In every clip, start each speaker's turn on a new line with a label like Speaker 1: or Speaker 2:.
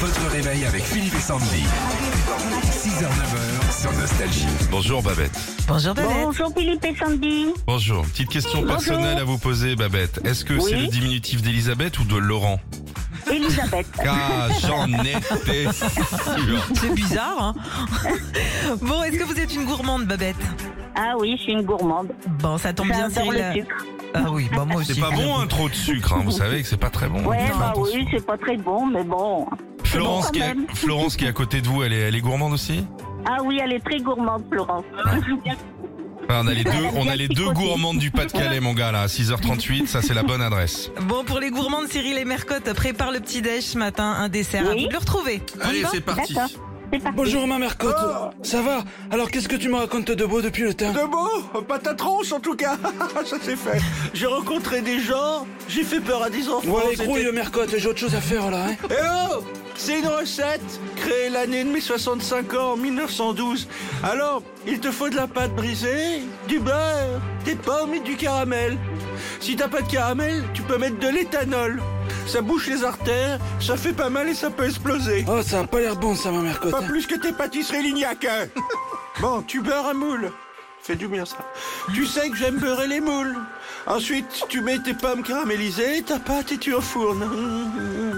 Speaker 1: Votre réveil avec Philippe et Sandy. 6h, 9h sur Nostalgie.
Speaker 2: Bonjour Babette.
Speaker 3: Bonjour Babette.
Speaker 4: Bonjour Philippe et Sandy.
Speaker 2: Bonjour. Petite question
Speaker 4: Bonjour.
Speaker 2: personnelle à vous poser Babette. Est-ce que c'est
Speaker 4: Oui.
Speaker 2: le diminutif d'Elisabeth ou de Laurent
Speaker 4: Elisabeth.
Speaker 2: Ah, j'en étais sûr.
Speaker 3: C'est bizarre, hein Bon, est-ce que vous êtes une gourmande, Babette
Speaker 4: Ah oui, je suis une gourmande.
Speaker 3: Bon, ça tombe bien,
Speaker 4: J'adore
Speaker 3: Cyril.
Speaker 4: le sucre.
Speaker 3: Ah oui, bah moi aussi.
Speaker 2: C'est pas bon hein, trop de sucre, hein. vous savez que c'est pas très bon.
Speaker 4: Ouais,
Speaker 2: Faites
Speaker 4: bah
Speaker 2: attention.
Speaker 4: oui, c'est pas très bon, mais bon. c'est bon
Speaker 2: Florence,
Speaker 4: quand
Speaker 2: qui est à-
Speaker 4: même.
Speaker 2: Florence qui est à côté de vous, elle est, elle est gourmande aussi
Speaker 4: Ah oui, elle est très gourmande, Florence.
Speaker 2: Ah, On a les deux,
Speaker 4: Elle a
Speaker 2: on a
Speaker 4: bien
Speaker 2: les deux
Speaker 4: picoté.
Speaker 2: gourmandes du Pas-de-Calais mon gars là, à 6h38, ça c'est la bonne adresse.
Speaker 3: Bon, pour les gourmandes, Cyril et Mercotte préparent le petit déj ce matin, un dessert. À
Speaker 4: Oui.
Speaker 3: vous de le retrouver. On y
Speaker 2: Allez
Speaker 3: va
Speaker 2: c'est parti.
Speaker 4: D'accord. C'est parti.
Speaker 5: Bonjour ma mère Cotte. Ça va Alors qu'est-ce que tu me racontes de beau depuis le temps
Speaker 6: De beau Pas ta tronche en tout cas Ça c'est fait J'ai rencontré des gens, j'ai fait peur à des enfants.
Speaker 5: Ouais,
Speaker 6: c'était-
Speaker 5: grouille mère Cotte, j'ai autre chose à faire là. Hein.
Speaker 6: Eh oh C'est une recette créée l'année de mes 65 ans, en 1912. Alors, il te faut de la pâte brisée, du beurre, des pommes et du caramel. Si t'as pas de caramel, tu peux mettre de l'éthanol. Ça bouche les artères, ça fait pas mal et ça peut exploser.
Speaker 5: Oh ça a pas l'air bon ça ma mère Cotte.
Speaker 6: Pas
Speaker 5: hein.
Speaker 6: plus que tes pâtisseries Lignac. hein. bon, tu beurres un moule. Fait du bien ça. Tu sais que j'aime beurrer les moules. Ensuite, tu mets tes pommes caramélisées, ta pâte et tu enfournes.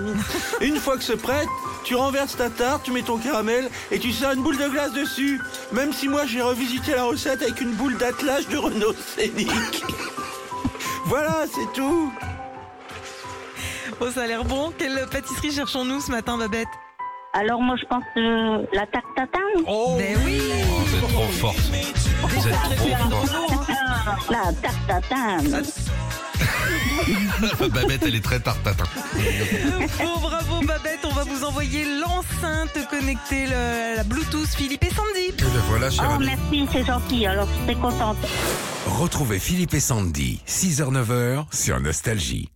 Speaker 6: Une fois que c'est prêt, tu renverses ta tarte, tu mets ton caramel et tu sers une boule de glace dessus. Même si moi j'ai revisité la recette avec une boule d'attelage de Renault Scénic. voilà, c'est tout.
Speaker 3: Oh, ça a l'air bon. Quelle pâtisserie cherchons-nous ce matin, Babette
Speaker 4: Alors moi, je pense euh, la tarte tatin.
Speaker 3: Ben oui
Speaker 2: Oh, vous êtes trop forte. Vous êtes trop forte.
Speaker 4: La tarte tatin.
Speaker 2: Babette elle est très tartatin.
Speaker 3: Bon, bravo Babette, on va vous envoyer l'enceinte connectée, le- la Bluetooth Philippe et Sandy.
Speaker 2: Et ben voilà cher
Speaker 4: Oh
Speaker 2: ami.
Speaker 4: merci, c'est gentil. Alors, je suis très contente.
Speaker 1: Retrouvez Philippe et Sandy, 6h, 9h sur Nostalgie.